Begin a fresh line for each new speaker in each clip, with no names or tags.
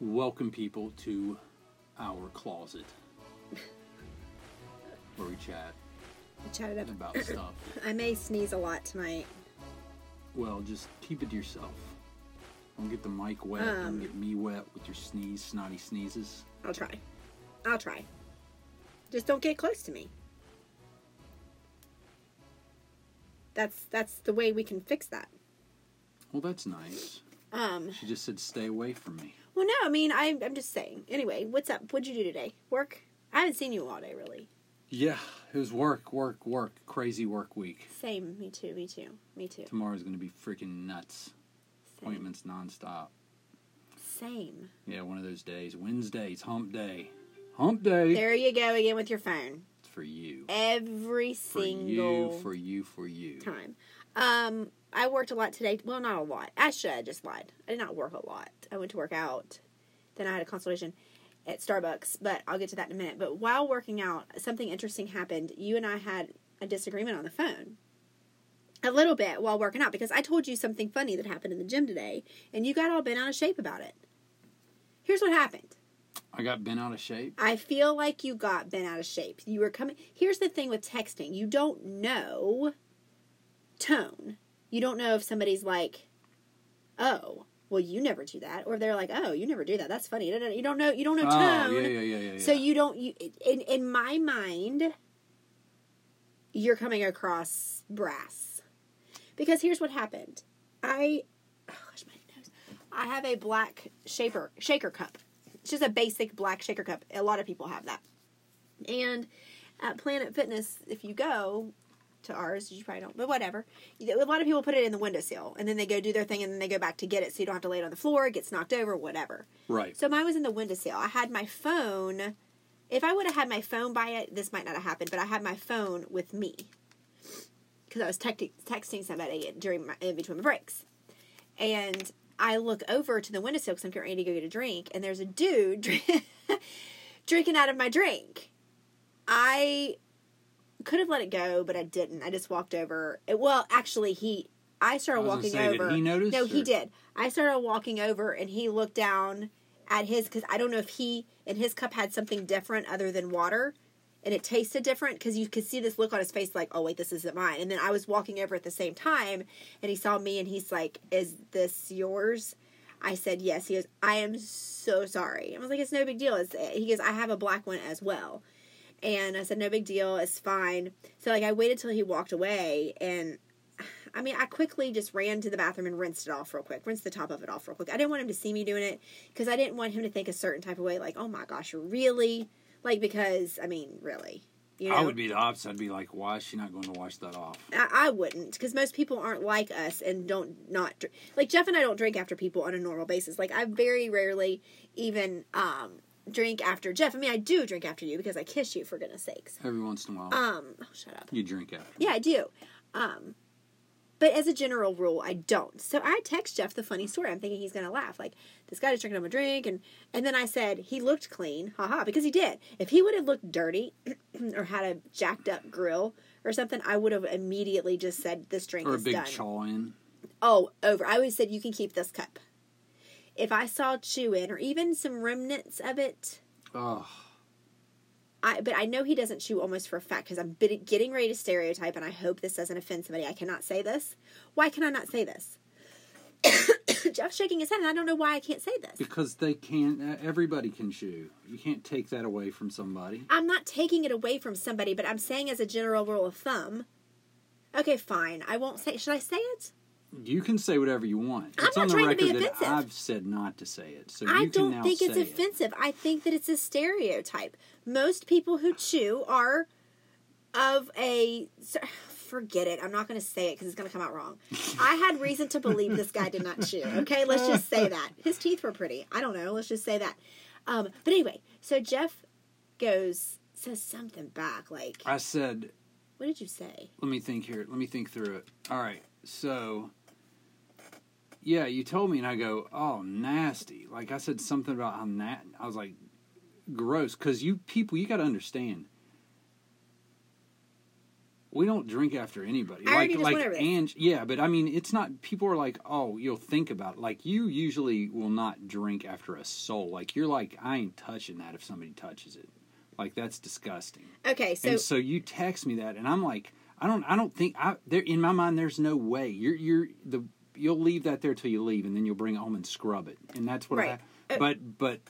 welcome people to our closet where we chat
I chatted up.
about stuff.
I may sneeze a lot tonight.
Well, just keep it to yourself. Don't get the mic wet.
Um.
Don't get me wet with your sneeze, snotty sneezes.
I'll try. I'll try. Just don't get close to me. That's that's the way we can fix that.
Well, that's nice.
Um.
She just said, "Stay away from me."
Well, no, I mean, I, I'm just saying. Anyway, what's up? What'd you do today? Work? I haven't seen you all day, really.
Yeah, it was work, work, work. Crazy work week.
Same. Me too. Me too. Me too.
Tomorrow's gonna be freaking nuts.
Same.
Appointments nonstop.
Same.
Yeah, one of those days. Wednesday's hump day. Hump day.
There you go again with your phone.
It's for you.
Every
For
single
you. For you. For you.
time. Um, I worked a lot today. Well, not a lot. Actually, I just lied. I did not work a lot. I went to work out. Then I had a consultation at Starbucks, but I'll get to that in a minute. But while working out, something interesting happened. You and I had a disagreement on the phone. A little bit while working out because I told you something funny that happened in the gym today, and you got all bent out of shape about it. Here's what happened.
I got bent out of shape.
I feel like you got bent out of shape. You were coming. Here's the thing with texting you don't know tone. You don't know if somebody's like, oh, well, you never do that. Or if they're like, oh, you never do that. That's funny. You don't know, you don't know
Oh,
tone.
yeah, yeah, yeah, yeah. yeah.
So you don't, you, in, in my mind, you're coming across brass. Because here's what happened. I, oh gosh, my nose. I have a black shaper, shaker cup. It's just a basic black shaker cup. A lot of people have that. And at Planet Fitness, if you go to ours, you probably don't, but whatever. A lot of people put it in the windowsill and then they go do their thing and then they go back to get it so you don't have to lay it on the floor, it gets knocked over, whatever.
Right.
So mine was in the windowsill. I had my phone. If I would have had my phone by it, this might not have happened. But I had my phone with me because I was tec- texting somebody during my in between my breaks, and I look over to the windowsill because I'm getting ready to go get a drink, and there's a dude drink- drinking out of my drink. I could have let it go, but I didn't. I just walked over. It, well, actually, he. I started
I was gonna
walking
say, did
over.
he notice,
no, he
or-
did. I started walking over, and he looked down at his because I don't know if he and his cup had something different other than water, and it tasted different because you could see this look on his face like, oh wait, this isn't mine. And then I was walking over at the same time, and he saw me, and he's like, is this yours? I said yes. He goes, I am so sorry. I was like, it's no big deal. It's, he goes, I have a black one as well. And I said, no big deal, it's fine. So, like, I waited till he walked away, and I mean, I quickly just ran to the bathroom and rinsed it off real quick, rinsed the top of it off real quick. I didn't want him to see me doing it because I didn't want him to think a certain type of way, like, oh my gosh, really? Like, because, I mean, really. You know?
I would be the opposite. I'd be like, "Why is she not going to wash that off?"
I, I wouldn't because most people aren't like us and don't not dr- like Jeff and I don't drink after people on a normal basis. Like I very rarely even um drink after Jeff. I mean I do drink after you because I kiss you for goodness sakes.
Every once in a while,
Um oh shut up.
you drink after.
Yeah, I do. Um, but as a general rule, I don't. So I text Jeff the funny story. I'm thinking he's gonna laugh, like this guy is drinking up a drink, and and then I said he looked clean, haha, because he did. If he would have looked dirty or had a jacked up grill or something, I would have immediately just said this drink
Or a
is
big
done.
chaw in.
Oh, over. I always said you can keep this cup. If I saw chew in or even some remnants of it,
Oh,
I but I know he doesn't chew almost for a fact because I'm bit- getting ready to stereotype, and I hope this doesn't offend somebody. I cannot say this. Why can I not say this? Jeff's shaking his head, and I don't know why I can't say this.
because they can't. uh, Everybody can chew. You can't take that away from somebody.
I'm not taking it away from somebody, but I'm saying as a general rule of thumb. Okay, fine. I won't say. Should I say it?
You can say whatever you want.
I'm
it's
not
on the
trying to
record
be
that
offensive.
I've said not to say it. So
I
you can
don't
now
think it's
say it.
offensive. I think that it's a stereotype. Most people who chew are of a. Forget it. I'm not going to say it because it's going to come out wrong. I had reason to believe this guy did not chew. Okay, let's just say that his teeth were pretty. I don't know. Let's just say that. Um, but anyway, so Jeff goes says something back like,
I said,
"What did you say?"
let me think here. Let me think through it. All right. So, yeah, you told me, and I go, oh, nasty. Like I said something about how na I was like, gross. Because you people, you got to understand. We don't drink after anybody.
I
like
already just
like
went over this.
Ange, yeah, but I mean, it's not. People are like, oh, you'll think about it. Like you usually will not drink after a soul. Like you're like, I ain't touching that if somebody touches it. Like that's disgusting.
Okay, so
and so you text me that, and I'm like, I don't, I don't think I. There in my mind, there's no way you're, you're the, you'll leave that there till you leave, and then you'll bring it home and scrub it, and that's what.
Right.
I,
Uh,
but but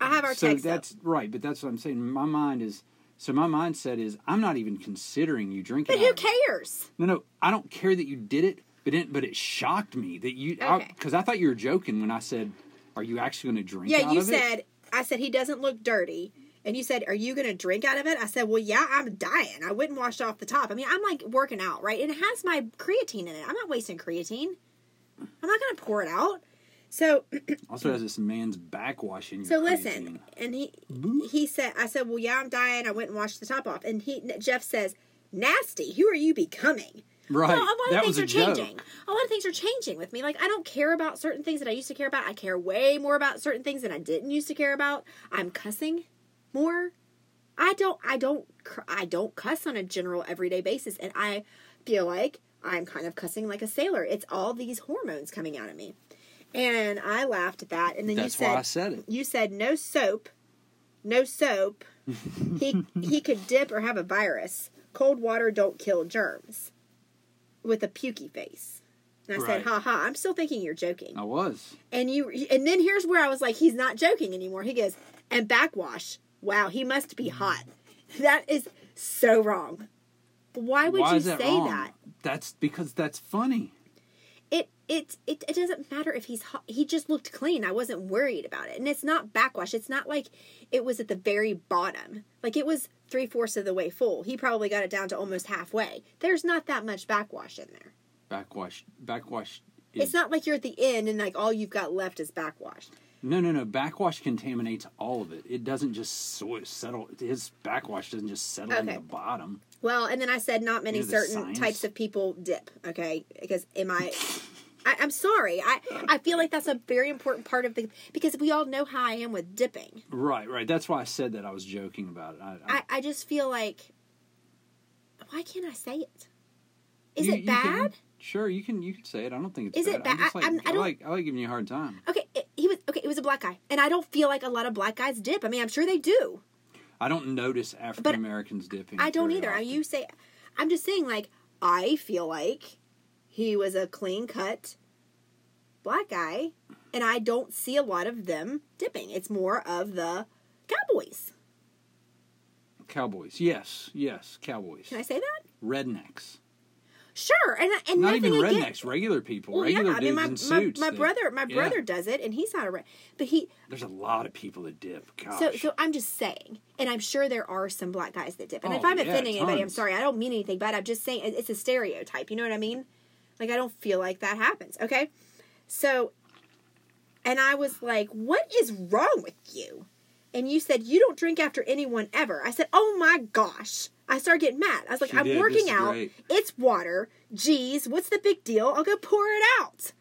I have our
so
text. up.
that's right, but that's what I'm saying. My mind is so my mindset is I'm not even considering you drinking.
But who
out of it.
cares?
No, no, I don't care that you did it, but it, but it shocked me that you
Okay.
because I, thought you were joking when I said, "Are you actually going to drink?"
Yeah,
out
you
of it?
said. I said he doesn't look dirty, and you said, "Are you going to drink out of it?" I said, "Well, yeah, I'm dying. I wouldn't wash it off the top. I mean, I'm like working out, right? And it has my creatine in it. I'm not wasting creatine. I'm not going to pour it out." So
Also has this man's backwash in your.
So listen,
creatine.
and he he said, I said, well, yeah, I'm dying. I went and washed the top off, and he Jeff says, nasty. Who are you becoming?
Right.
Well, a lot of
That was
things
a
are changing.
joke.
A lot of things are changing with me. Like I don't care about certain things that I used to care about. I care way more about certain things that I didn't used to care about. I'm cussing more. I don't. I don't. cr- I don't cuss on a general everyday basis, and I feel like I'm kind of cussing like a sailor. It's all these hormones coming out of me. And I laughed at that, and then
That's
you said,
why I said it.
you said no soap, no soap. he he could dip or have a virus. Cold water don't kill germs. With a pukey face. And I said,
Right.
"Ha ha! I'm still thinking you're joking."
I was.
And you and then here's where I was like, "He's not joking anymore." He goes, "And backwash. Wow, he must be hot. That is so wrong. Why would
Why
you
is that
say
wrong?
that?
That's because that's funny.
it it it, it doesn't matter if he's hot. he just looked clean i wasn't worried about it and it's not backwash it's not like it was at the very bottom like it was three-fourths of the way full he probably got it down to almost halfway there's not that much backwash in there
Backwash. Backwash. Is,
it's not like you're at the end and like all you've got left is backwash
no, no, no. Backwash contaminates all of it. It doesn't just so, settle. His backwash doesn't just settle in
Okay.
the bottom.
Well, and then I said not many
You know, the
certain
science.
types of people dip. Okay, because am I? I I'm sorry. I I feel like that's a very important part of the because we all know how I am with dipping.
Right, right. That's why I said that. I was joking about it. I, I,
I I just feel like why can't I say it? Is
You-
it
you can-
bad?
sure, you can. You can say it. I don't think it's.
Is it
I'm
ba-
just
I-
like,
I'm- I
I
don't-
like. I like giving you a hard time.
Okay, it, he was okay. It was a black guy, and I don't feel like a lot of black guys dip. I mean, I'm sure they do.
I don't notice African Americans dipping.
I don't
very
either. I
often.
you say, I'm just saying. Like I feel like he was a clean cut black guy, and I don't see a lot of them dipping. It's more of the cowboys.
Cowboys. Yes, yes. Cowboys.
Can I say that?
Rednecks.
Sure, and and
Not
nothing
even
against-
rednecks. Regular people.
Well,
regular
yeah, I mean,
dudes
my,
in suits.
my, my
that-
brother, my
Yeah.
brother does it, and he's not a red, but he.
There's a lot of people that dip. Gosh.
So, so I'm just saying, and I'm sure there are some black guys that dip. And if
Oh,
I'm
yeah,
offending anybody, I'm
tons.
sorry. I don't mean anything bad. I'm just saying it- it's a stereotype. You know what I mean? Like I don't feel like that happens. Okay, so, and I was like, "What is wrong with you?" And you said you don't drink after anyone ever. I said, "Oh my gosh." I started getting mad. I was like,
She
I'm
did. This
working
is
out.
great.
It's water. Geez, what's the big deal? I'll go pour it out.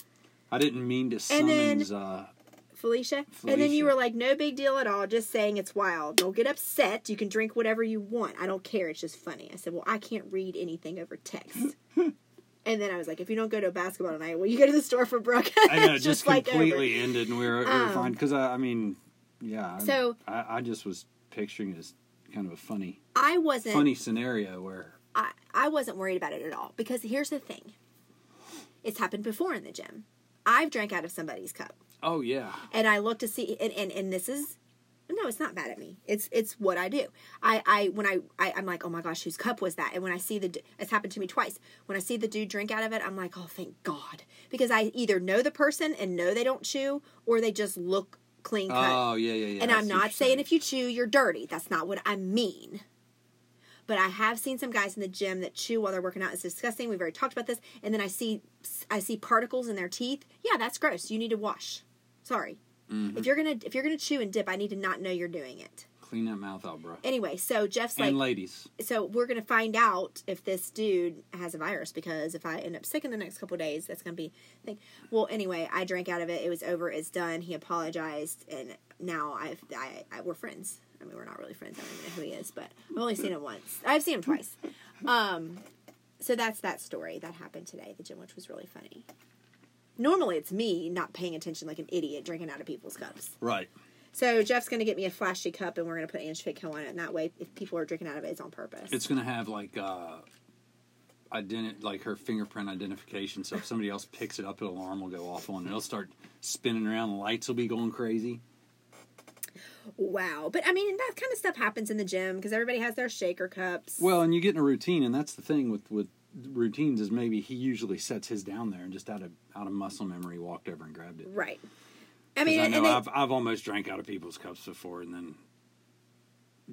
I didn't mean to
And then-
summons. uh,
Felicia. And then you
Felicia.
were like, no big deal at all, just saying it's wild. Don't get upset. You can drink whatever you want. I don't care. It's just funny. I said, well, I can't read anything over text. and then I was like, if you don't go to a basketball tonight, will you go to the store for Brooke?
I know,
It's
just, completely ended, and we were, we were
Um,
fine. Because I, I mean, yeah. I-
So-
I, I just was picturing it as kind of a funny,
over. I wasn't.
funny scenario where
I, I wasn't worried about it at all because here's the thing. It's happened before in the gym. I've drank out of somebody's cup.
Oh yeah.
and I look to see and, and and this is no, it's not bad at me. It's it's what I do. I I when I, I I'm like, oh my gosh, whose cup was that? And when I see the d- it's happened to me twice. When I see the dude drink out of it, I'm like, oh thank God, because I either know the person and know they don't chew, or they just look clean cut.
Oh yeah, yeah, yeah.
and
I
I'm
see
not
what you're
saying if you chew, you're dirty. That's not what I mean. But I have seen some guys in the gym that chew while they're working out. It's disgusting. We've already talked about this. And then I see I see particles in their teeth. Yeah, that's gross. You need to wash. Sorry.
Mm-hmm.
If you're gonna if you're gonna chew and dip, I need to not know you're doing it.
Clean that mouth out, bro.
Anyway, so Jeff's like,
and ladies,
so we're gonna find out if this dude has a virus because if I end up sick in the next couple of days, that's gonna be a thing. Well, anyway, I drank out of it. It was over. It's done. He apologized, and now I've I, I we're friends. I mean, we're not really friends. I don't even know who he is, but I've only seen him once. I've seen him twice. Um, so that's that story that happened today at the gym, which was really funny. Normally, it's me not paying attention like an idiot drinking out of people's cups.
Right.
So Jeff's going to get me a flashy cup, and we're going to put Ange Fitco on it. And that way, if people are drinking out of it, it's on purpose.
It's gonna have like uh identi- like her fingerprint identification. So if somebody else picks it up, an alarm will go off on it. It'll start spinning around. The lights will be going crazy.
wow. But I mean, that kind of stuff happens in the gym because everybody has their shaker cups.
Well, and you get in a routine, and that's the thing with with routines is maybe he usually sets his down there and just out of out of muscle memory walked over and grabbed it.
right. I
'Cause
mean,
I
and-
know
and they-
I've I've almost drank out of people's cups before, and then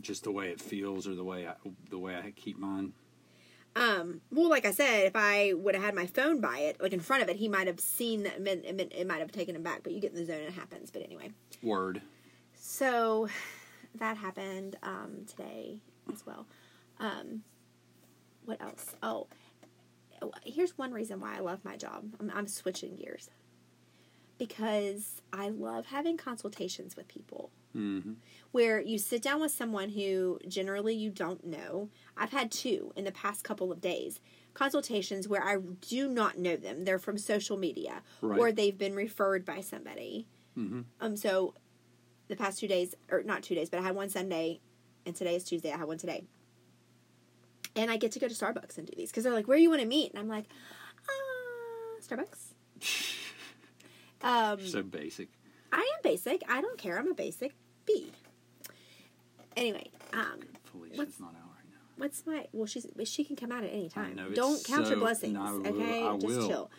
just the way it feels or the way I, the way I keep mine.
Um, well, like I said, if I would have had my phone by it, like in front of it, he might have seen that. It, it, it might have taken him back, but you get in the zone and it happens. But anyway,
Word.
so that happened um, today as well. Um, what else? Oh, here's one reason why I love my job. I'm, I'm switching gears because I love having consultations with people
Mm-hmm.
where you sit down with someone who generally you don't know. I've had two in the past couple of days consultations where I do not know them. They're from social media
Right.
or they've been referred by somebody.
Mhm.
Um, so the past two days, or not two days, but I had one Sunday and today is Tuesday. I had one today. And I get to go to Starbucks and do these because they're like, where you want to meet? And I'm like, ah, Starbucks. um,
So basic.
I am basic. I don't care. I'm a basic B. Anyway, um,
Felicia's not out right now.
what's my? Well, she's she can come out at any time.
know, it's
don't count
so-
your blessings.
no, I will-
okay,
I
just
will.
chill.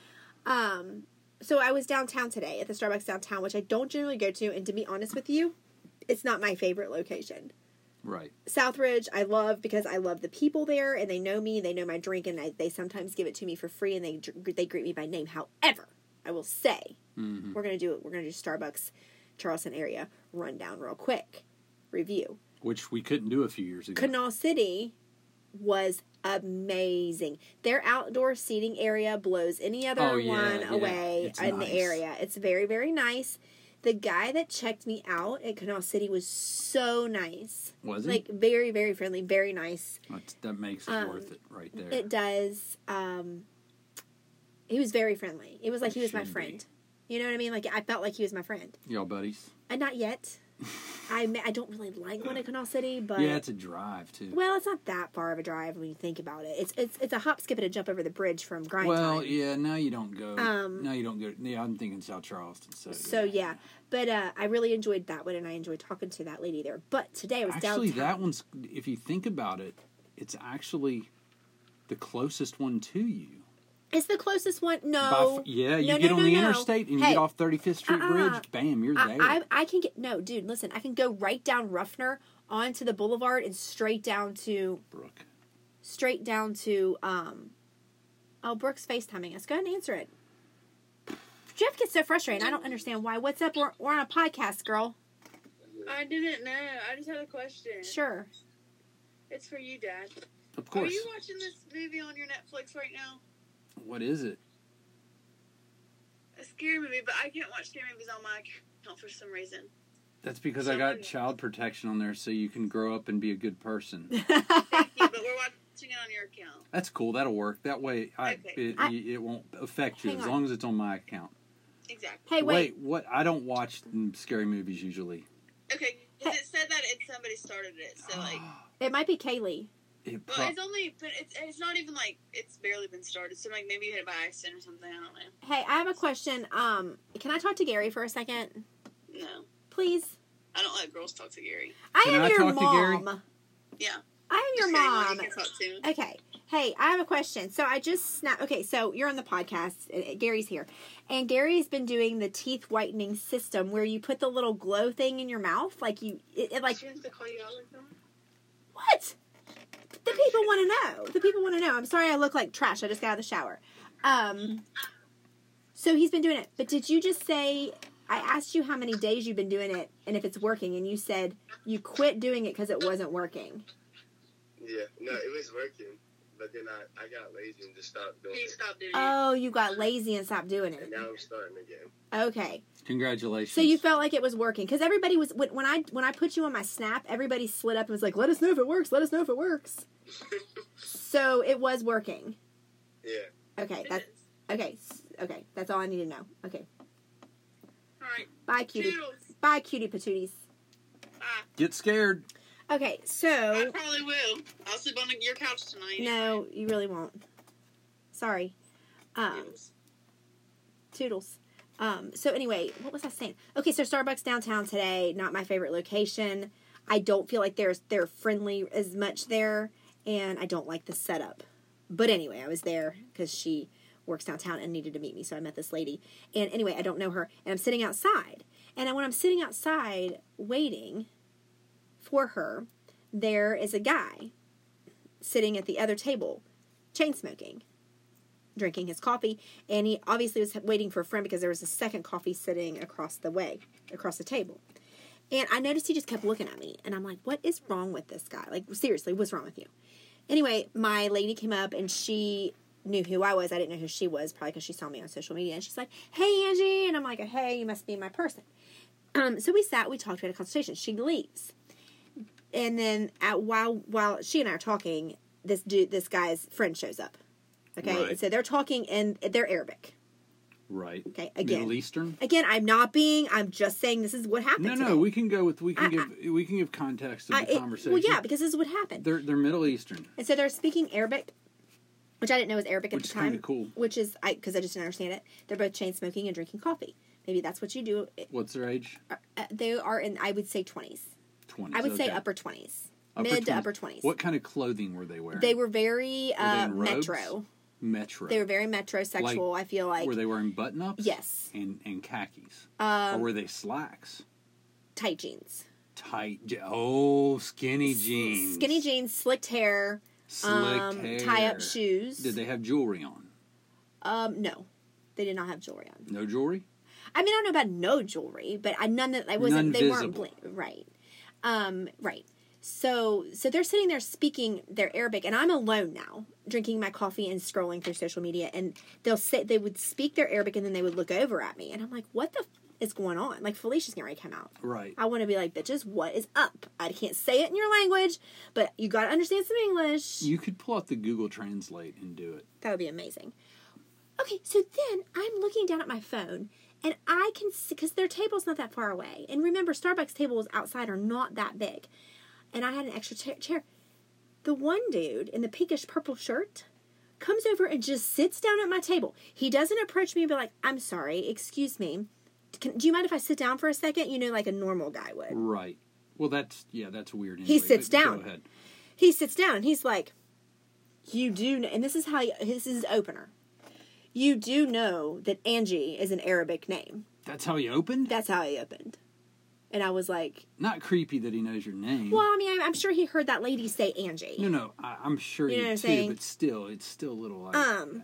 Um, so I was downtown today at the Starbucks downtown, which I don't generally go to, and to be honest with you, it's not my favorite location.
Right.
Southridge, I love because I love the people there, and they know me. They know my drink, and I, they sometimes give it to me for free, and they dr- they greet me by name. However, I will say
Mm-hmm. Hmm.
we're gonna do it. We're gonna do Starbucks, Charleston area rundown real quick. Review.
Which we couldn't do a few years ago.
Canal City was amazing. Their outdoor seating area blows any other
Oh,
one
yeah, yeah.
away
It's
in
nice.
the area. It's very, very nice. The guy that checked me out at Canal City was so nice.
Was he?
Like very, very friendly, very nice.
That's- that makes it worth it right there.
Um, It does. Um, he was very friendly. It was like
It
he was my
should be.
friend. You know what I mean? Like I felt like he was my friend,
Y'all buddies?
and not yet. I ma- I don't really like going to Canal City, but
Yeah, it's a drive too.
well, it's not that far of a drive when you think about it. It's it's it's a hop, skip, and a jump over the bridge from Grind
Well,
Time.
yeah. Now you don't go.
Um,
now you don't go. Yeah, I'm thinking South Charleston. So,
So yeah, but uh, I really enjoyed that one, and I enjoyed talking to that lady there. But today I was
actually,
downtown.
that one's. If you think about it, it's actually the closest one to you.
It's the closest one.
By
No,
f- yeah, you
Oh, No,
get
no,
on
no,
the
no.
interstate and you
Hey,
get off 35th Street
uh-uh.
Bridge. Bam, you're there.
I, I I can get no, dude. Listen, I can go right down Ruffner onto the Boulevard and straight down to
Brooke.
straight down to um. Oh, Brooke's FaceTiming us. Go ahead and answer it. Jeff gets so frustrated. I don't understand why. What's up? We're, we're on a podcast, girl.
I didn't know. I just had a question.
Sure.
It's for you, Dad.
Of
Are
course.
you watching this movie on your Netflix right now?
What is it?
A scary movie, but I can't watch scary movies on my account for some reason.
That's because I got
Someone-
child protection on there, so you can grow up and be a good person.
Thank you, but we're watching it on your account.
That's cool. That'll work. That way, I,
Okay.
it,
I-
y it won't affect you
Hang
as
on.
long as it's on my account.
Exactly.
hey, wait.
what? I don't watch mm, scary movies usually.
Okay, 'cause it said that it, somebody started it, so like,
It might be Kaylee.
It pro-
well, it's only, but it's it's not even like it's barely been started. So like maybe you hit it by accident or something. I don't know.
Hey, I have a question. Um, can I talk to Gary for a second,
No,
please?
I don't let girls talk to Gary.
I
Can
am
I
your
talk to Gary?
mom.
Yeah,
I am your
Just kidding, well,
mom.
You can talk to him.
Okay. Hey, I have a question. So I just snap. Okay, so you're on the podcast. uh, uh, Gary's here, and Gary's been doing the teeth whitening system where you put the little glow thing in your mouth, like you, it, it like
She wants to call you out like that.
what? The people want to know. The people want to know. I'm sorry, I look like trash. I just got out of the shower. Um, so he's been doing it. But did you just say? I asked you how many days you've been doing it and if it's working, and you said you quit doing it because it wasn't working.
Yeah, no, it was working, but then I, I got lazy and just stopped doing
He
it.
stopped doing it.
Oh, you got lazy and stopped doing
And
it.
now I'm starting again.
Okay.
Congratulations.
So you felt like it was working because everybody was when when I when I put you on my snap, everybody slid up and was like, "Let us know if it works. Let us know if it works." So it was working.
Yeah.
Okay,
It
that's
is.
okay. s- Okay, that's all I need to know. Okay,
All right.
bye, cutie.
Toodles.
Bye, cutie patooties.
Bye.
Get scared.
Okay,
I
so
probably will. I'll sleep on your couch tonight.
no, you really won't. Sorry. Um,
Toodles.
Toodles. Um, so anyway, what was I saying? Okay, so Starbucks downtown today, not my favorite location. I don't feel like there's they're friendly as much there, and I don't like the setup. But anyway, I was there because she works downtown and needed to meet me, so I met this lady. And anyway, I don't know her, and I'm sitting outside. And when I'm sitting outside waiting for her, there is a guy sitting at the other table, chain smoking drinking his coffee, and he obviously was waiting for a friend because there was a second coffee sitting across the way, across the table. And I noticed he just kept looking at me, and I'm like, "What is wrong with this guy? Like, seriously, what's wrong with you?" Anyway, my lady came up and she knew who I was. I didn't know who she was, probably because she saw me on social media. And she's like, "Hey, Angie," and I'm like, "Hey, you must be my person." Um, so we sat, we talked, we had a conversation. She leaves, and then at, while while she and I are talking, this dude, this guy's friend shows up. Okay,
Right.
And so they're talking and they're Arabic.
Right.
Okay, again.
Middle Eastern.
Again, I'm not being. I'm just saying this is what happened.
No,
today.
no, we can go with we can
I-
give we can give context to
I-
the
it-
conversation.
well, yeah, because this is what happened.
they're they're Middle Eastern.
and so they're speaking Arabic, which I didn't know was Arabic
Which
at
is
the time.
kinda cool.
Which is I because I just didn't understand it. They're both chain smoking and drinking coffee. Maybe that's what you do.
What's their age?
Uh, they are in. I would say twenties.
Twenty.
I would say upper twenties, mid to upper twenties.
What kind of clothing were they wearing?
They were very uh,
in robes?
metro.
metro.
They were very metrosexual. I feel like
were they wearing button ups?
Yes.
And and khakis. or
um,
were they slacks?
tight jeans,
Tight. je- Oh, skinny jeans.
skinny jeans, slicked hair,
Slick
um,
hair.
tie up shoes.
Did they have jewelry on?
Um, no, they did not have jewelry on.
No jewelry.
I mean, I don't know about no jewelry, but I none that I wasn't.
None
they weren't
visible.
bling- right. Um, right. So, so they're sitting there speaking their Arabic, and I'm alone now, drinking my coffee and scrolling through social media. And they'll say they would speak their Arabic, and then they would look over at me, and I'm like, "What the f- is going on?" Like Felicia's gonna come out.
Right.
I want to be like, "Bitches, what is up?" I can't say it in your language, but you gotta understand some English.
You could pull out the Google Translate and do it.
That would be amazing. Okay, so then I'm looking down at my phone and I can see because their table's not that far away. And remember, Starbucks tables outside are not that big. And I had an extra cha- chair. The one dude in the pinkish purple shirt comes over and just sits down at my table. He doesn't approach me and be like, I'm sorry, excuse me. Can, do you mind if I sit down for a second? You know, like a normal guy would.
Right. Well, that's yeah, that's weird. Anyway,
sits
but
down.
Go ahead.
he sits down and he's like, "You do," kn- and this is how he, this is his opener. You do know that Angie is an Arabic name.
That's how he opened.
That's how he opened, and I was like,
Not creepy that he knows your name.
"Well, I mean, I'm, I'm sure he heard that lady say Angie."
no, no, I, I'm sure
You
you,
know what I'm
too,
saying?
but still, it's still a little like.
Um,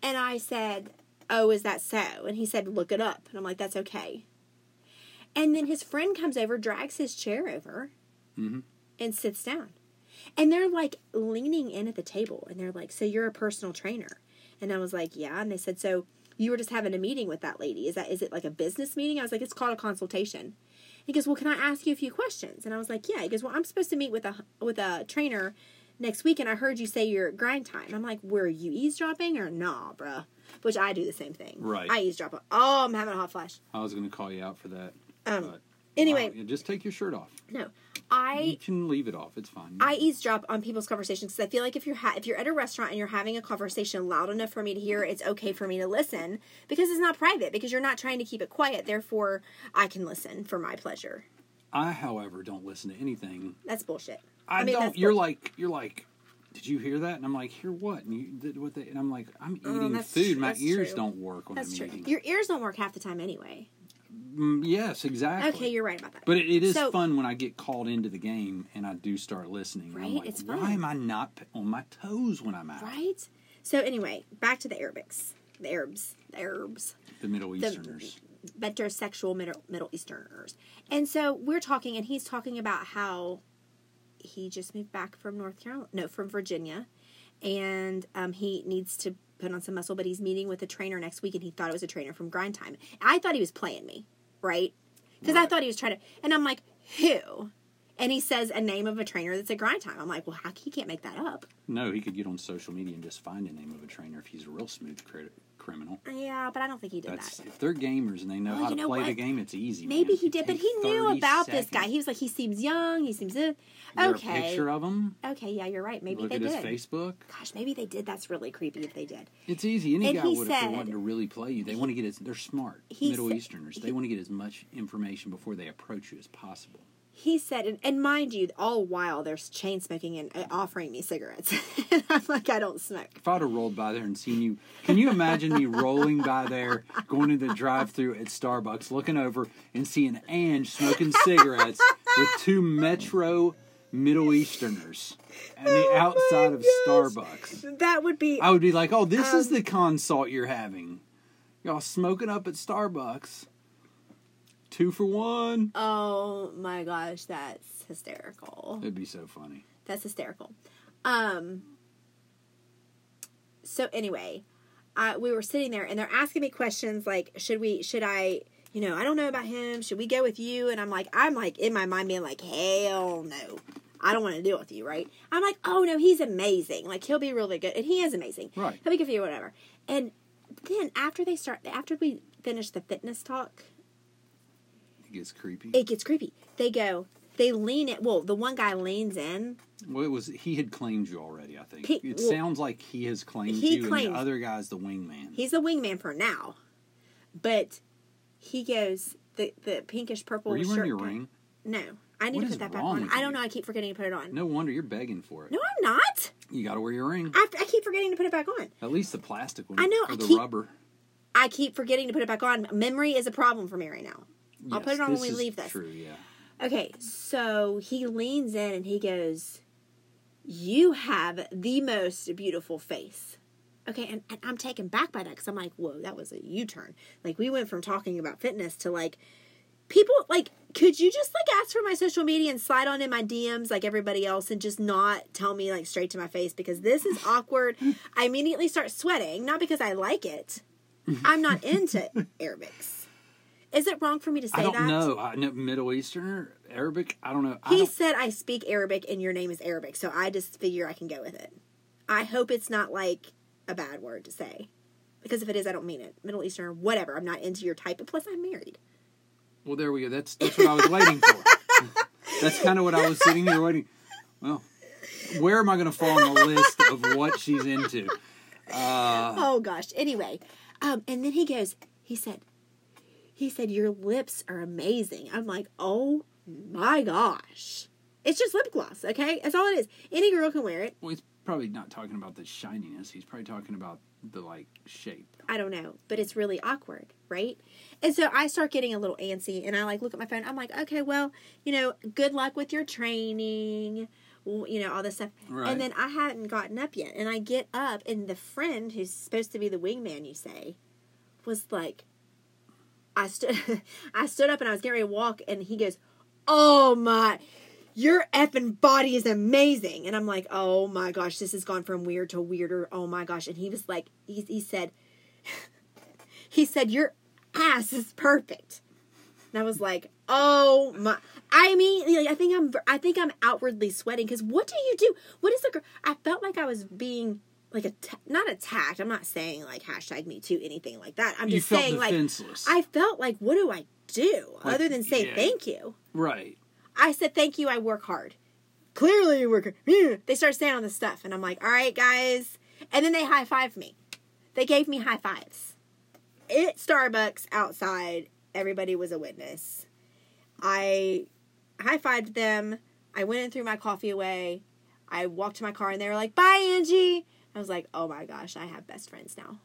And I said, Oh, is that so? And he said, Look it up. And I'm like, That's okay. And then his friend comes over, drags his chair over,
Mhm.
and sits down. And they're like leaning in at the table. And they're like, So you're a personal trainer? And I was like, Yeah. And they said, So you were just having a meeting with that lady. Is that, is it like a business meeting? I was like, It's called a consultation. He goes, "Well, can I ask you a few questions?" And I was like, "Yeah." He goes, "Well, I'm supposed to meet with a with a trainer next week, and I heard you say you're at grind time." I'm like, "Were you eavesdropping or nah, bruh?" Which I do the same thing.
Right.
I eavesdrop. Oh, I'm having a hot flash.
I was going to call you out for that.
Um,
but-
Anyway,
Wow, yeah, just take your shirt off.
no,
You
I
can leave it off. It's fine.
I eavesdrop on people's conversations because I feel like if you're ha- if you're at a restaurant and you're having a conversation loud enough for me to hear, it's okay for me to listen because it's not private because you're not trying to keep it quiet. Therefore, I can listen for my pleasure.
I, however, don't listen to anything.
That's bullshit.
I,
mean,
don't.
that's
You're
bull-
like you're like. Did you hear that? And I'm like, hear what? And you did what they? And I'm like, I'm
Oh,
eating
that's
food.
tr-
My
that's
ears
true.
don't work when
That's
I'm
true.
eating.
Your ears don't work half the time anyway.
Mm, yes, exactly.
Okay, you're right about that.
But it, it is
So-
fun when I get called into the game and I do start listening. And I'm
Right?
like,
It's
why
fun.
am I not p- on my toes when I'm out?
right. So anyway, back to the Arabics, the Arabs, the Arabs,
The Middle Easterners.
heterosexual Middle, Middle Easterners. And so we're talking, and he's talking about how he just moved back from North Carolina, no, from Virginia, and um, he needs to put on some muscle. But he's meeting with a trainer next week, and he thought it was a trainer from Grind Time. I thought he was playing me, right? Because I
Right.
thought he was trying to, and I'm like, who And he says a name of a trainer that's at grind time. I'm like, well, how he can't make that up?
No, he could get on social media and just find a name of a trainer if he's a real smooth cri- criminal.
Yeah, but I don't think he did
That's
that.
if they're gamers and they know
Oh,
how
you
to
know
play the
what?
game. It's easy.
Maybe
man.
he did, but
Take
he knew
30
about this guy.
seconds.
He was like, he seems young. He seems this.
Is There a
okay.
picture of him.
Okay, yeah, you're right. Maybe
Look
they
at
did.
his Facebook.
Gosh, maybe they did. That's really creepy if they did.
It's easy. Any
And
guy
he
would if
said-
they wanted to really play you. They want to get as they're smart
he
Middle
sa-
Easterners. They want to get as much information before they approach you as possible.
He said, and, and mind you, all while they're chain smoking and uh, offering me cigarettes. and I'm like, I don't smoke.
If I'd have rolled by there and seen you, can you imagine me rolling by there, going to the drive-through at Starbucks, looking over and seeing Ange smoking cigarettes with two Metro Middle Easterners on
Oh
the outside of Starbucks?
That would be.
I would be like, "Oh, this
Um,
is the consult you're having. Y'all smoking up at Starbucks. Two for one.
Oh my gosh, that's hysterical.
It'd be so funny."
That's hysterical. Um. So anyway, uh, we were sitting there, and they're asking me questions like, "Should we? Should I? You know, I don't know about him. Should we go with you?" And I'm like, I'm like in my mind being like, "Hell no." I don't want to deal with you, right? I'm like, oh no, he's amazing. Like he'll be really good, and he is amazing.
Right.
He'll be good for you, whatever. And then after they start, after we finish the fitness talk,
It gets creepy.
it gets creepy. They go, they lean it. Well, the one guy leans in.
Well, it was he had claimed you already. I think
He-
it
well,
sounds like he has claimed
he
you, and
claimed-
the other guy's the wingman.
He's a wingman for now, but he goes the the pinkish purple.
Were you
shirt
wearing your
guy-
ring?
No, I need
What
to
is
put that back
wrong
on.
with
I don't
you?
know. I keep forgetting to put it on. No,
No wonder you're begging for it.
I'm not.
You got to wear your ring.
I, I keep forgetting to put it back on.
At least the plastic one.
I know,
Or
I
the
keep-
rubber.
I keep forgetting to put it back on. Memory is a problem for me right now. I'll put
Yes,
it on when
this
we
is
leave this.
True. Yeah.
Okay, so he leans in and he goes, You have the most beautiful face. Okay, and, and I'm taken back by that because I'm like, Whoa, that was a U turn. Like, we went from talking about fitness to like, people, like, could you just like ask for my social media and slide on in my DMs like everybody else and just not tell me like straight to my face because this is awkward. I immediately start sweating, not because I like it. I'm not into Arabics. Is it wrong for me to say
I don't
that?
know. I know. Middle Easterner, Arabic. I don't know. I
He
don't,
said, I speak Arabic and your name is Arabic, so I just figure I can go with it. I hope it's not like a bad word to say. Because if it is, I don't mean it. Middle Eastern, whatever. I'm not into your type. And plus, I'm married.
well, there we go. That's that's what I was waiting for. that's kind of what I was sitting here waiting. Well, where am I going to fall on the list of what she's into? Uh.
oh, gosh. Anyway. Um, and then he goes, he said, he said, your lips are amazing. I'm like, oh my gosh. It's just lip gloss, okay? That's all it is. Any girl can wear it.
Well, he's probably not talking about the shininess. He's probably talking about the like shape.
I don't know, but it's really awkward, right? And so I start getting a little antsy and I like look at my phone. I'm like, okay, well, you know, good luck with your training, w- you know, all this stuff.
Right.
And then I hadn't gotten up yet. And I get up, and the friend who's supposed to be the wingman, you say, was like, I stood, I stood up and I was getting ready to walk, and he goes, "Oh my, your effing body is amazing!" And I'm like, "Oh my gosh, this has gone from weird to weirder. Oh my gosh!" And he was like, he, he said, he said, "Your ass is perfect," and I was like, "Oh my." I mean, like, I think I'm, I think I'm outwardly sweating because what do you do? What is the girl? I felt like I was being like a not attacked. I'm not saying like hashtag me too anything like that. I'm
you
just
felt
saying like
defenseless,
I felt like, what do I do
Like,
other than say
yeah.
thank you?
right?
I said thank you. I work hard. Clearly, you work. hard." Yeah. They started saying all this stuff, and I'm like, all right, guys. And then they high fived me. They gave me high fives. At Starbucks outside, everybody was a witness. I high fived them. I went and threw my coffee away. I walked to my car, and they were like, bye, Angie. I was like, oh my gosh, I have best friends now.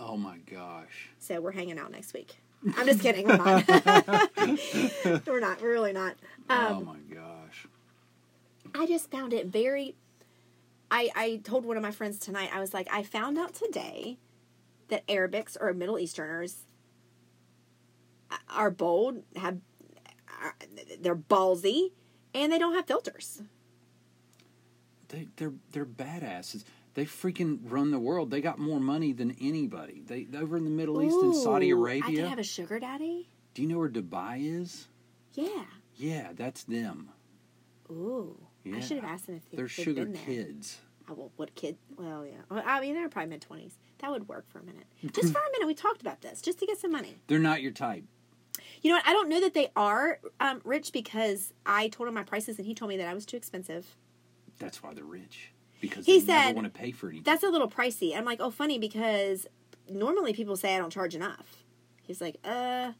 Oh my gosh.
So we're hanging out next week. I'm just kidding. We're not. we're not. We're really not.
oh
Um,
my gosh.
I just found it very. I I told one of my friends tonight. I was like, I found out today that Arabics or Middle Easterners are bold, have are, they're ballsy, and they don't have filters.
They, they're they're badasses. They freaking run the world. They got more money than anybody. They over in the Middle East and Saudi
Ooh, I could
Arabia.
have a sugar daddy.
Do you know where Dubai is?
Yeah.
Yeah, that's them.
Ooh. I
Yeah.
should have asked them if they,
They're
they've
sugar
been there.
kids.
Oh, well, what kid? Well, yeah. Well, I mean, they're probably mid twenties. That would work for a minute. Just for a minute, we talked about this, just to get some money.
They're not your type.
You know what? I don't know that they are um, rich because I told him my prices and he told me that I was too expensive.
That's why they're rich. Because
He
they
said-
never want to pay for anything.
That's a little pricey. I'm like, oh, funny because normally people say I don't charge enough. He's like, uh,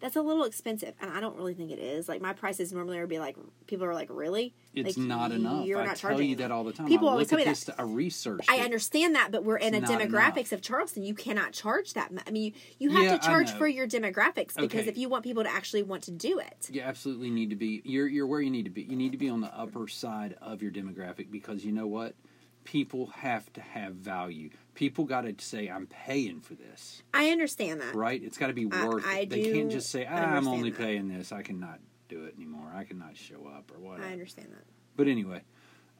that's a little expensive, and I don't really think it is. Like my prices normally would be like people are like, really?
It's
Like,
not enough.
You're
I
not
tell
charging
you that
enough.
all the time.
People
I
always
look
tell
at
me
this.
that.
I research.
I
it.
understand that, but we're in a
It's not
demographics
enough.
of Charleston. You cannot charge that much. I mean, you, you have
Yeah,
to
I
charge
know.
for your demographics because
Okay.
if you want people to actually want to do it,
You absolutely need to be. You're you're where you need to be. You need to be on the upper side of your demographic because you know what, people have to have value. People got to say, "I'm paying for this,"
I understand that.
right? It's got to be
I-
worth
I
it. They can't
do
just say, ah, "I'm
understand
only
that.
paying this. I cannot do it anymore. I cannot show up or whatever."
I understand that.
But anyway,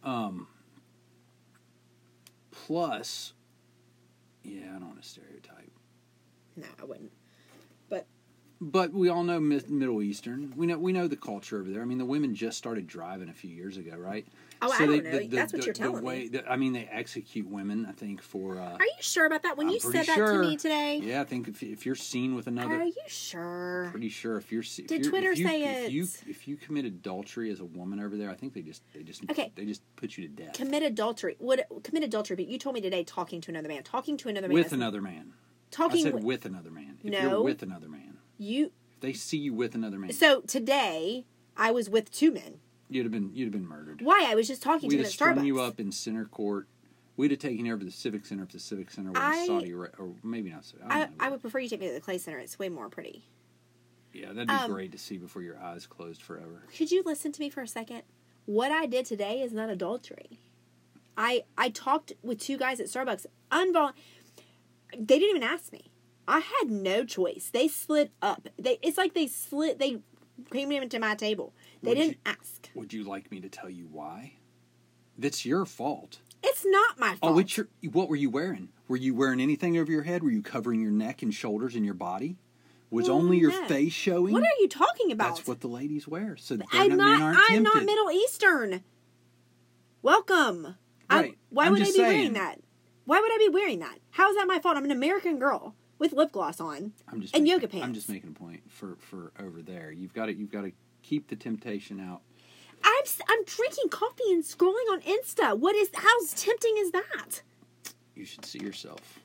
um, plus, yeah, I don't want to stereotype.
No, I wouldn't. But
But we all know Mi- Middle Eastern. We know we know the culture over there. I mean, the women just started driving a few years ago, right?
Oh, I don't know. That's what you're telling
the way,
me.
The, I mean, they execute women. I think for. Uh,
are you sure about that? When
I'm
you
pretty
said that
sure-
to me today,
Yeah, I think if, if you're seen with another,
are you sure?
pretty sure if you're. se- If
Did
you're,
Twitter
if you,
say
if you,
it?
if you commit adultery as a woman over there, I think they just they just
Okay.
they just put you to death
Commit adultery. Would commit adultery? But you told me today talking to another man, talking to another man,
with
is-
another man.
talking
I said
with,
with another man. If
No.
you're with another man,
you.
if they see you with another man,
So today I was with two men.
you'd have been you'd have been murdered.
Why? I was just talking
We'd
to him
have
at
strung
Starbucks.
you up in center court. We'd have taken you over to the Civic Center if the Civic Center was
I-
in Saudi Arabia, or maybe not. Saudi. I,
I,
don't know.
I would prefer you take me to the Clay Center. It's way more pretty.
Yeah, that'd be
um,
great to see before your eyes closed forever.
Could you listen to me for a second? What I did today is not adultery. I I talked with two guys at Starbucks. Unvol- they didn't even ask me. I had no choice. They slid up. They it's like they slid. They came into my table. They
Would
didn't
you-
ask.
Would you like me to tell you why? That's your fault.
It's not my fault.
Oh, it's your. What were you wearing? Were you wearing anything over your head? Were you covering your neck and shoulders and your body? Was
Well,
only your
no.
face showing?
Mm, what are you talking about?
That's what the ladies wear. So that
I'm
men
not.
aren't
I'm not
tempted.
Middle Eastern. Welcome. I,
Right.
why
I'm
would I be
just
wearing
saying.
that? Why would I be wearing that? How is that my fault? I'm an American girl with lip gloss on.
I'm just
and
making-
yoga pants.
I'm just making a point for for over there. You've got to you've got to keep the temptation out.
I'm s- I'm drinking coffee and scrolling on Insta. What is how tempting is that?
You should see yourself.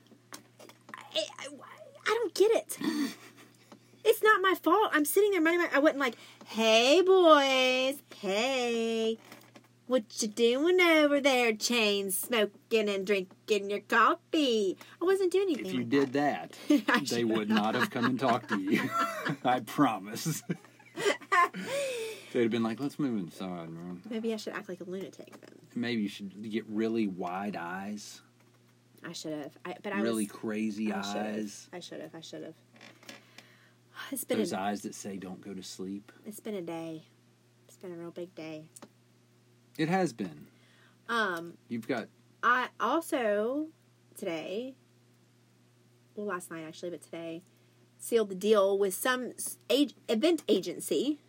I, I, I don't get it. it's not my fault. I'm sitting there minding my. I wasn't like, hey boys, hey, what you doing over there? Chain smoking and drinking your coffee. I wasn't doing anything.
If you
like
did that,
I
they would not have come and talked to you. I promise. They'd have been like, "Let's move inside, man.
that. Maybe I should act like a lunatic then.
Maybe you should get really wide eyes,
I should have. I, but I
really
was.
crazy
I should have.
eyes,
I should have. I should have. It's been
those
a,
eyes that say "Don't go to sleep."
it's been a day. It's been a real big day.
It has been.
Um.
You've got
I also today, well, last night actually, but today, sealed the deal with some s- ag- event agency,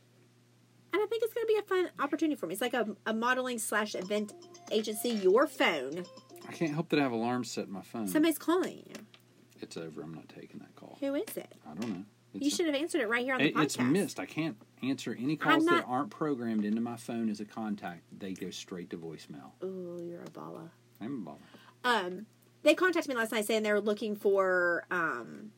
and I think it's going to be a fun opportunity for me. It's like a, a modeling slash event agency. Your phone,
I can't help that I have alarms set in my phone.
somebody's calling you.
It's over. I'm not taking that call.
Who is it?
I don't know. It's
You should have answered it right here on the
It-
podcast.
It's missed. I can't answer any calls
not-
that aren't programmed into my phone as a contact. They go straight to voicemail.
Oh, you're a balla.
I'm a bummer.
um, they contacted me last night saying they were looking for um,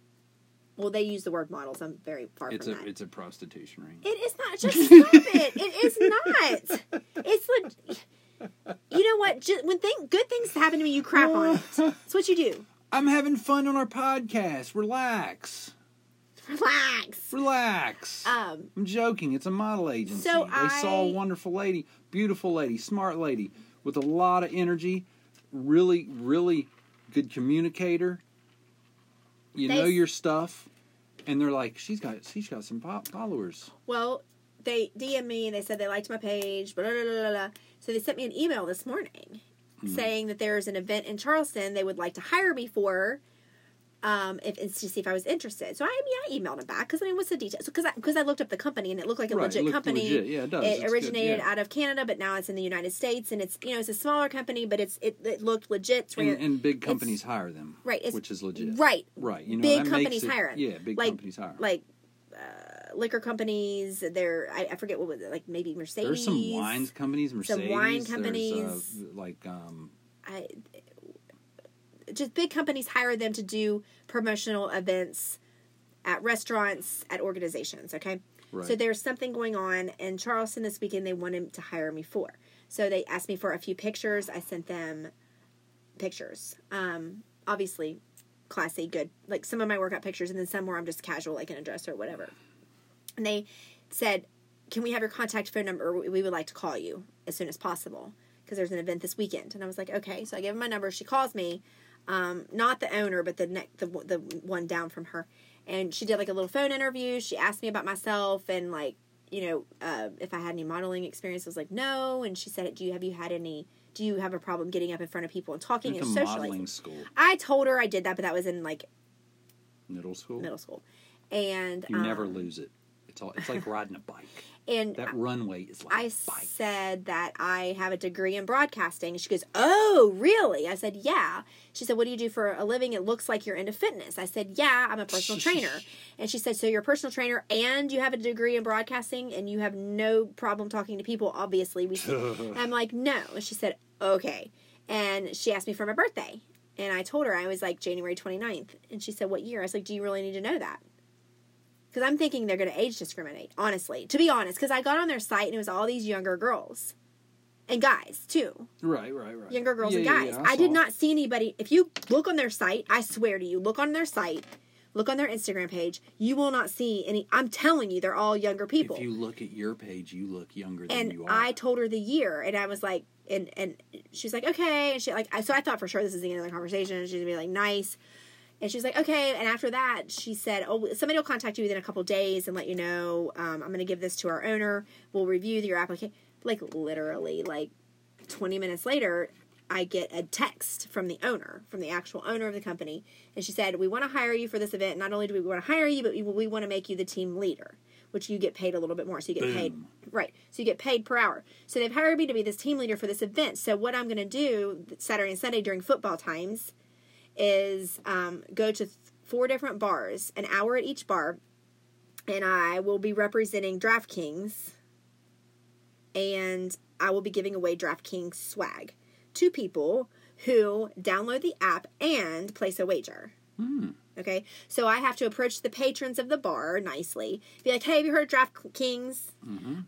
well, they use the word models. I'm very far
It's
from
a
that.
it's a prostitution ring.
It is not. Just stop it. It is not. It's like, you know what? Just, when thing, good things happen to me, you crap on it. It's what you do.
I'm having fun on our podcast. Relax,
Relax.
relax.
Um,
I'm joking. It's a model agency.
So
they saw a
I-
wonderful lady, beautiful lady, smart lady with a lot of energy, really really good communicator. You
They
know
s-
your stuff, and they're like, she's got she's got some pop followers.
well, they DM me and they said they liked my page. Blah, blah, blah, blah, blah. So they sent me an email
Hmm.
this morning saying that there's an event in Charleston they would like to hire me for. um, if, and to see if I was interested. So I, I mean, I emailed him back because I mean, what's the details? Because I because I looked up the company and it looked like a
Right, it
legit
looked
company.
legit. Yeah, it does. It's good,
originated
yeah.
out of Canada, but now it's in the United States, and it's you know it's a smaller company, but it's it, it looked legit. It's
And,
where-
and big companies hire them,
right, it's-
Which is legit,
right,
Right, you know,
Big
that makes
companies
it-
hire 'em.
Yeah, big
Like-
companies hire. 'em.
like uh, liquor companies. There, I, I forget what was it, like maybe Mercedes.
there's some wines companies, Mercedes.
some wine
there's, uh,
companies.
like um,
I, just big companies hire them to do promotional events at restaurants, at organizations, okay?
Right.
So there's something going on in Charleston this weekend they wanted to hire me for. So they asked me for a few pictures. I sent them pictures. Um, obviously, classy, good. Like some of my workout pictures, and then some where I'm just casual, like in a dress or whatever. And they said, Can we have your contact phone number? We we would like to call you as soon as possible because there's an event this weekend. And I was like, Okay. So I gave them my number. She calls me, um, not the owner, but the, ne- the, the one down from her. And she did like a little phone interview. She asked me about myself and like, you know, uh, if I had any modeling experience. I was like, No. And she said, Do you have you had any? Do you have a problem getting up in front of people and talking
at
and
the
socializing?
modeling school,
I told her I did that, but that was in like
middle school.
middle school, and
You never
um,
lose it. It's all. It's like riding a bike.
And
That runway is like
I
a bike.
said that I have a degree in broadcasting. She goes, "Oh, really?" I said, "Yeah." She said, "What do you do for a living? It looks like you're into fitness." I said, "Yeah, I'm a personal trainer." And she said, "So you're a personal trainer and you have a degree in broadcasting and you have no problem talking to people. Obviously, we." And I'm like, "No." And she said, "Okay." And she asked me for my birthday, and I told her I was like January 29th, and she said, "What year?" I was like, "Do you really need to know that?" Because I'm thinking they're going to age discriminate, honestly. To be honest, because I got on their site and it was all these younger girls and guys, too.
Right, right, right.
Younger girls
Yeah,
and
yeah,
guys.
yeah,
I, did
saw
not see anybody. If you look on their site, I swear to you, look on their site, look on their Instagram page, you will not see any. I'm telling you, they're all younger
it.
people
If you look at your page, you look younger than
and
you are.
I told her the year, and I was like, and and she's like, okay, and she like, I, so I thought for sure this is the end of the conversation. She's gonna be like, nice, and she's like, okay, and after that, she said, oh, somebody will contact you within a couple days and let you know. Um, I'm gonna give this to our owner. We'll review your application. Like literally, like 20 minutes later, I get a text from the owner, from the actual owner of the company, and she said, "We want to hire you for this event. Not only do we want to hire you, but we, we want to make you the team leader, which you get paid a little bit more. So you get paid right. So you get paid per hour. So they've hired me to be this team leader for this event. So what I'm going to do Saturday and Sunday during football times is um, go to th- four different bars, an hour at each bar, and I will be representing DraftKings, and I will be giving away DraftKings swag to people who download the app and place a wager.
Hmm.
Okay, so I have to approach the patrons of the bar nicely. Be like, "Hey, have you heard of DraftKings?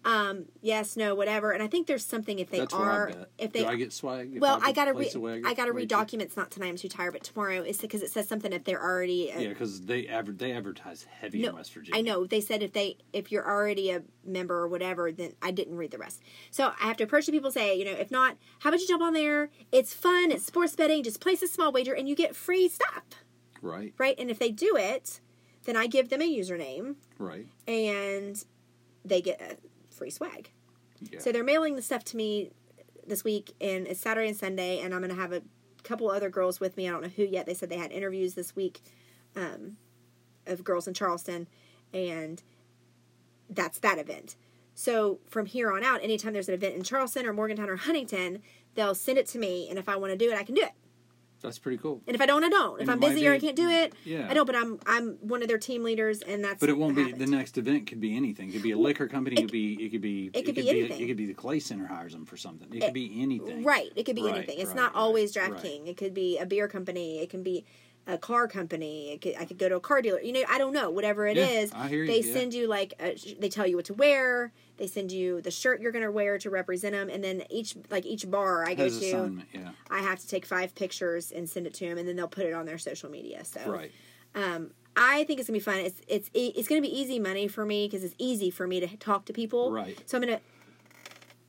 Um, yes, no, whatever." And I think there's something if they
Mm-hmm. That's
are,
what I bet.
if they
Do I get swag? If
well, I
get
gotta
place a
re-
wag-
I gotta read
wager?
documents. Not tonight. I'm too tired. But tomorrow is because it says something if they're already. A,
Yeah, because they adver- they advertise heavy in West Virginia.
I know they said if they if you're already a member or whatever, then I didn't read the rest. So I have to approach the people, say, you know, if not, how about you jump on there? It's fun. It's sports betting. Just place a small wager and you get free stuff,
Right,
right? And if they do it, then I give them a username
right.
and they get a free swag.
Yeah.
So they're mailing the stuff to me this week, and it's Saturday and Sunday, and I'm gonna have a couple other girls with me. I don't know who yet. They said they had interviews this week um, of girls in Charleston, and that's that event. So from here on out, anytime there's an event in Charleston or Morgantown or Huntington, they'll send it to me, and if I want to do it, I can do it.
That's pretty cool.
And if I don't, I don't. If
And it
I'm
might
busy or I
be-
can't do it,
yeah.
I don't. But I'm I'm one of their team leaders, and that's
But it won't
what
be the
happened.
next event. Could be anything. It could be a liquor company. It could be. It could be.
could be anything.
It could be the clay center hires them for something. It could be anything.
Right. It could be
Right,
anything. It's
right,
not
right,
always
right.
DraftKings. It could be a beer company. It can be a car company. It could, I could go to a car dealer. You know, I don't know. Whatever it
Yeah,
is,
I hear you,
they
yeah.
send you like a, sh- they tell you what to wear. They send you the shirt you're going to wear to represent them, and then each like each bar I go
Has
to,
assignment. Yeah.
I have to take five pictures and send it to them, and then they'll put it on their social media. So
Right.
um, I think it's gonna be fun. It's it's e- it's gonna be easy money for me because it's easy for me to talk to people.
Right.
So I'm gonna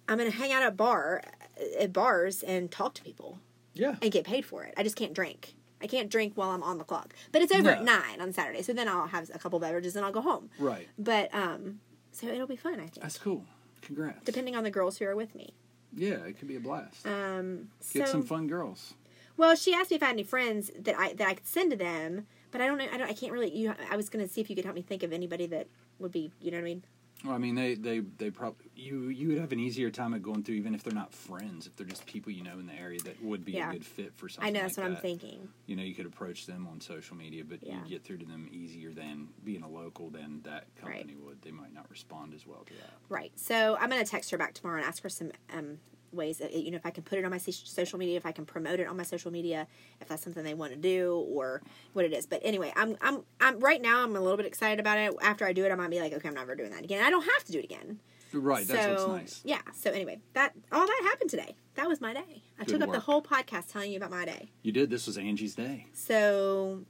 I'm gonna hang out at bar uh, at bars and talk to people
Yeah.
and get paid for it. I just can't drink. I can't drink while I'm on the clock. But it's over
No.
at nine on Saturday, so then I'll have a couple beverages and I'll go home.
Right.
But um, so it'll be fun. I think
That's cool. Congrats.
depending on the girls who are with me.
yeah, it could be a blast.
Um,
Get
so,
some fun girls.
Well, she asked me if I had any friends that I that I could send to them, But I don't know. I don't. I can't really. You. I was gonna see if you could help me think of anybody that would be. You know what I mean?
Well, I mean, they they they probably you you would have an easier time at going through, even if they're not friends, if they're just people you know in the area that would be
Yeah.
a good fit for something.
I know
like
that's what I'm
that.
thinking.
You know, you could approach them on social media, but
Yeah.
you'd get through to them easier than being a local than that company would. They might not respond as well to that.
Right. So I'm gonna text her back tomorrow and ask her some um ways. That, you know, if I can put it on my so- social media, if I can promote it on my social media, if that's something they want to do or what it is. But anyway, I'm I'm I'm right now. I'm a little bit excited about it. After I do it, I might be like, okay, I'm never doing that again. I don't have to do it again.
Right, that's
so,
what's nice.
Yeah. So anyway, that all that happened today. That was my day. I
Good
took up the
work.
whole podcast telling you about my day.
You did. This was Angie's day.
So,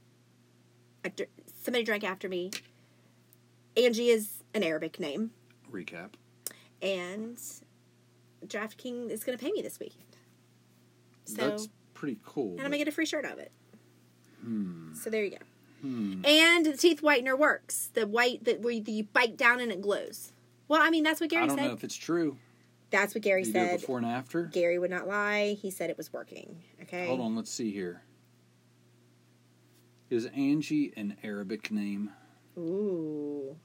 I dr- somebody drank after me. Angie is an Arabic name,
Recap.
and DraftKings is going to pay me this week. So,
that's pretty cool.
and
but-
I'm gonna get a free shirt out of it.
Hmm.
So there you go. And the teeth whitener works. The white that where you, you bite down and it glows. Well, I mean that's what
I
Gary
don't know
said.
if it's true.
That's what Gary
You do it
said.
before and after.
Gary would not lie. He said it was working. Okay.
Hold on, let's see here. Is Angie an Arabic name?
Ooh.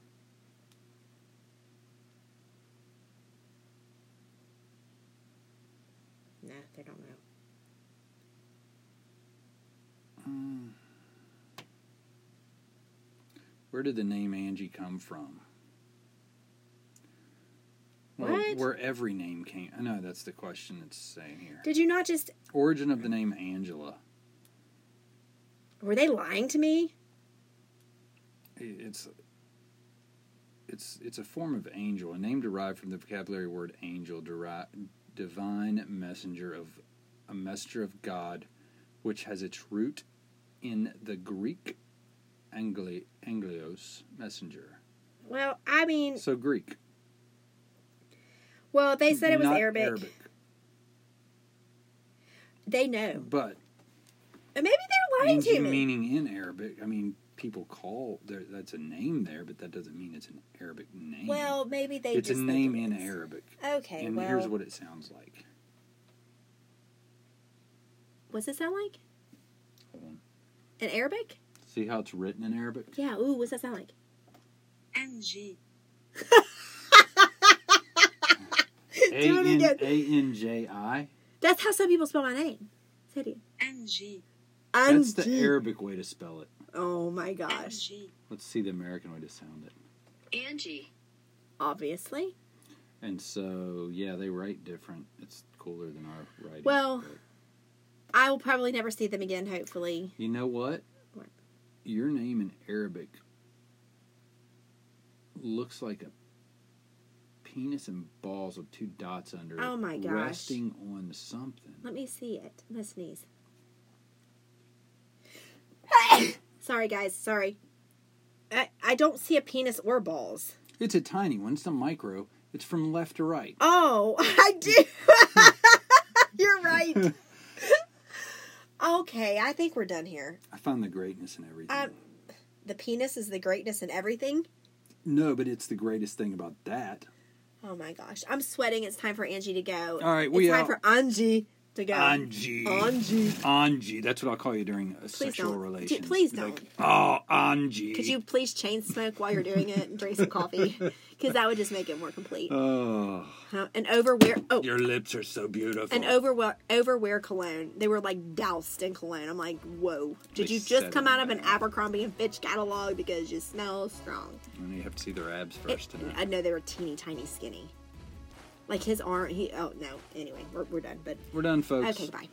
Nah, they don't know.
Hmm. Where did the name Angie come from? Where,
What?
where every name came. I know that's the question it's saying here.
Did you not just?
Origin of the name Angela.
Were they lying to me?
I- It's it's it's a form of angel, a name derived from the vocabulary word angel, deri- divine messenger of a messenger of God, which has its root in the Greek angli- anglios messenger.
Well, I mean,
So Greek.
well, they said it was
not
Arabic. They know.
but
And maybe they're lying
Angie
to me.
meaning in Arabic. I mean, people call there. That's a name there, but that doesn't mean it's an Arabic name.
well, maybe they.
it's a
just think
name
it
in
is.
Arabic,
Okay.
and
well,
here's what it sounds like.
what's it sound like?
Hold on.
In Arabic?
See how it's written in Arabic?
Yeah. Ooh, what's that sound like?
Angie.
A
it
N
again.
A N J I.
That's how some people spell my name. Say it again.
Angie.
That's the
Angie.
Arabic way to spell it.
Oh my gosh!
Let's see the American way to sound it.
Angie.
Obviously.
And so, yeah, they write different. It's cooler than our writing.
Well-
but-
I will probably never see them again, hopefully.
you know what?
What?
Your name in Arabic looks like a penis and balls with two dots under
Oh
it,
my gosh.
resting on something.
Let me see it. I'm gonna sneeze. sorry, guys. Sorry. I, I don't see a penis or balls.
It's a tiny one. It's a micro. It's from left to right.
Oh, I do. You're right. okay, I think we're done here.
I found the greatness in everything.
Um, The penis is the greatness in everything.
no, but it's the greatest thing about that.
Oh my gosh, I'm sweating. It's time for Angie to go.
All right,
it's
we
time
out.
for Angie to go.
Angie.
Angie.
Angie. That's what I'll call you during a sexual
don't.
relation.
Dude, please don't.
oh, Angie.
Could you please chain smoke while you're doing it and drink some coffee? Because that would just make it more complete.
Oh,
Huh? And overwear. Oh,
your lips are so beautiful.
and oh overwear overwear cologne. They were like doused in cologne. I'm like, whoa! Did
They
you
said
just
it
come out of
in
an
there.
Abercrombie and Fitch catalog because you smell strong?
And you have to see their abs first tonight.
I know they were teeny tiny skinny. Like his arm. He. Oh no. Anyway, we're, we're done. But
We're done, folks.
okay, bye.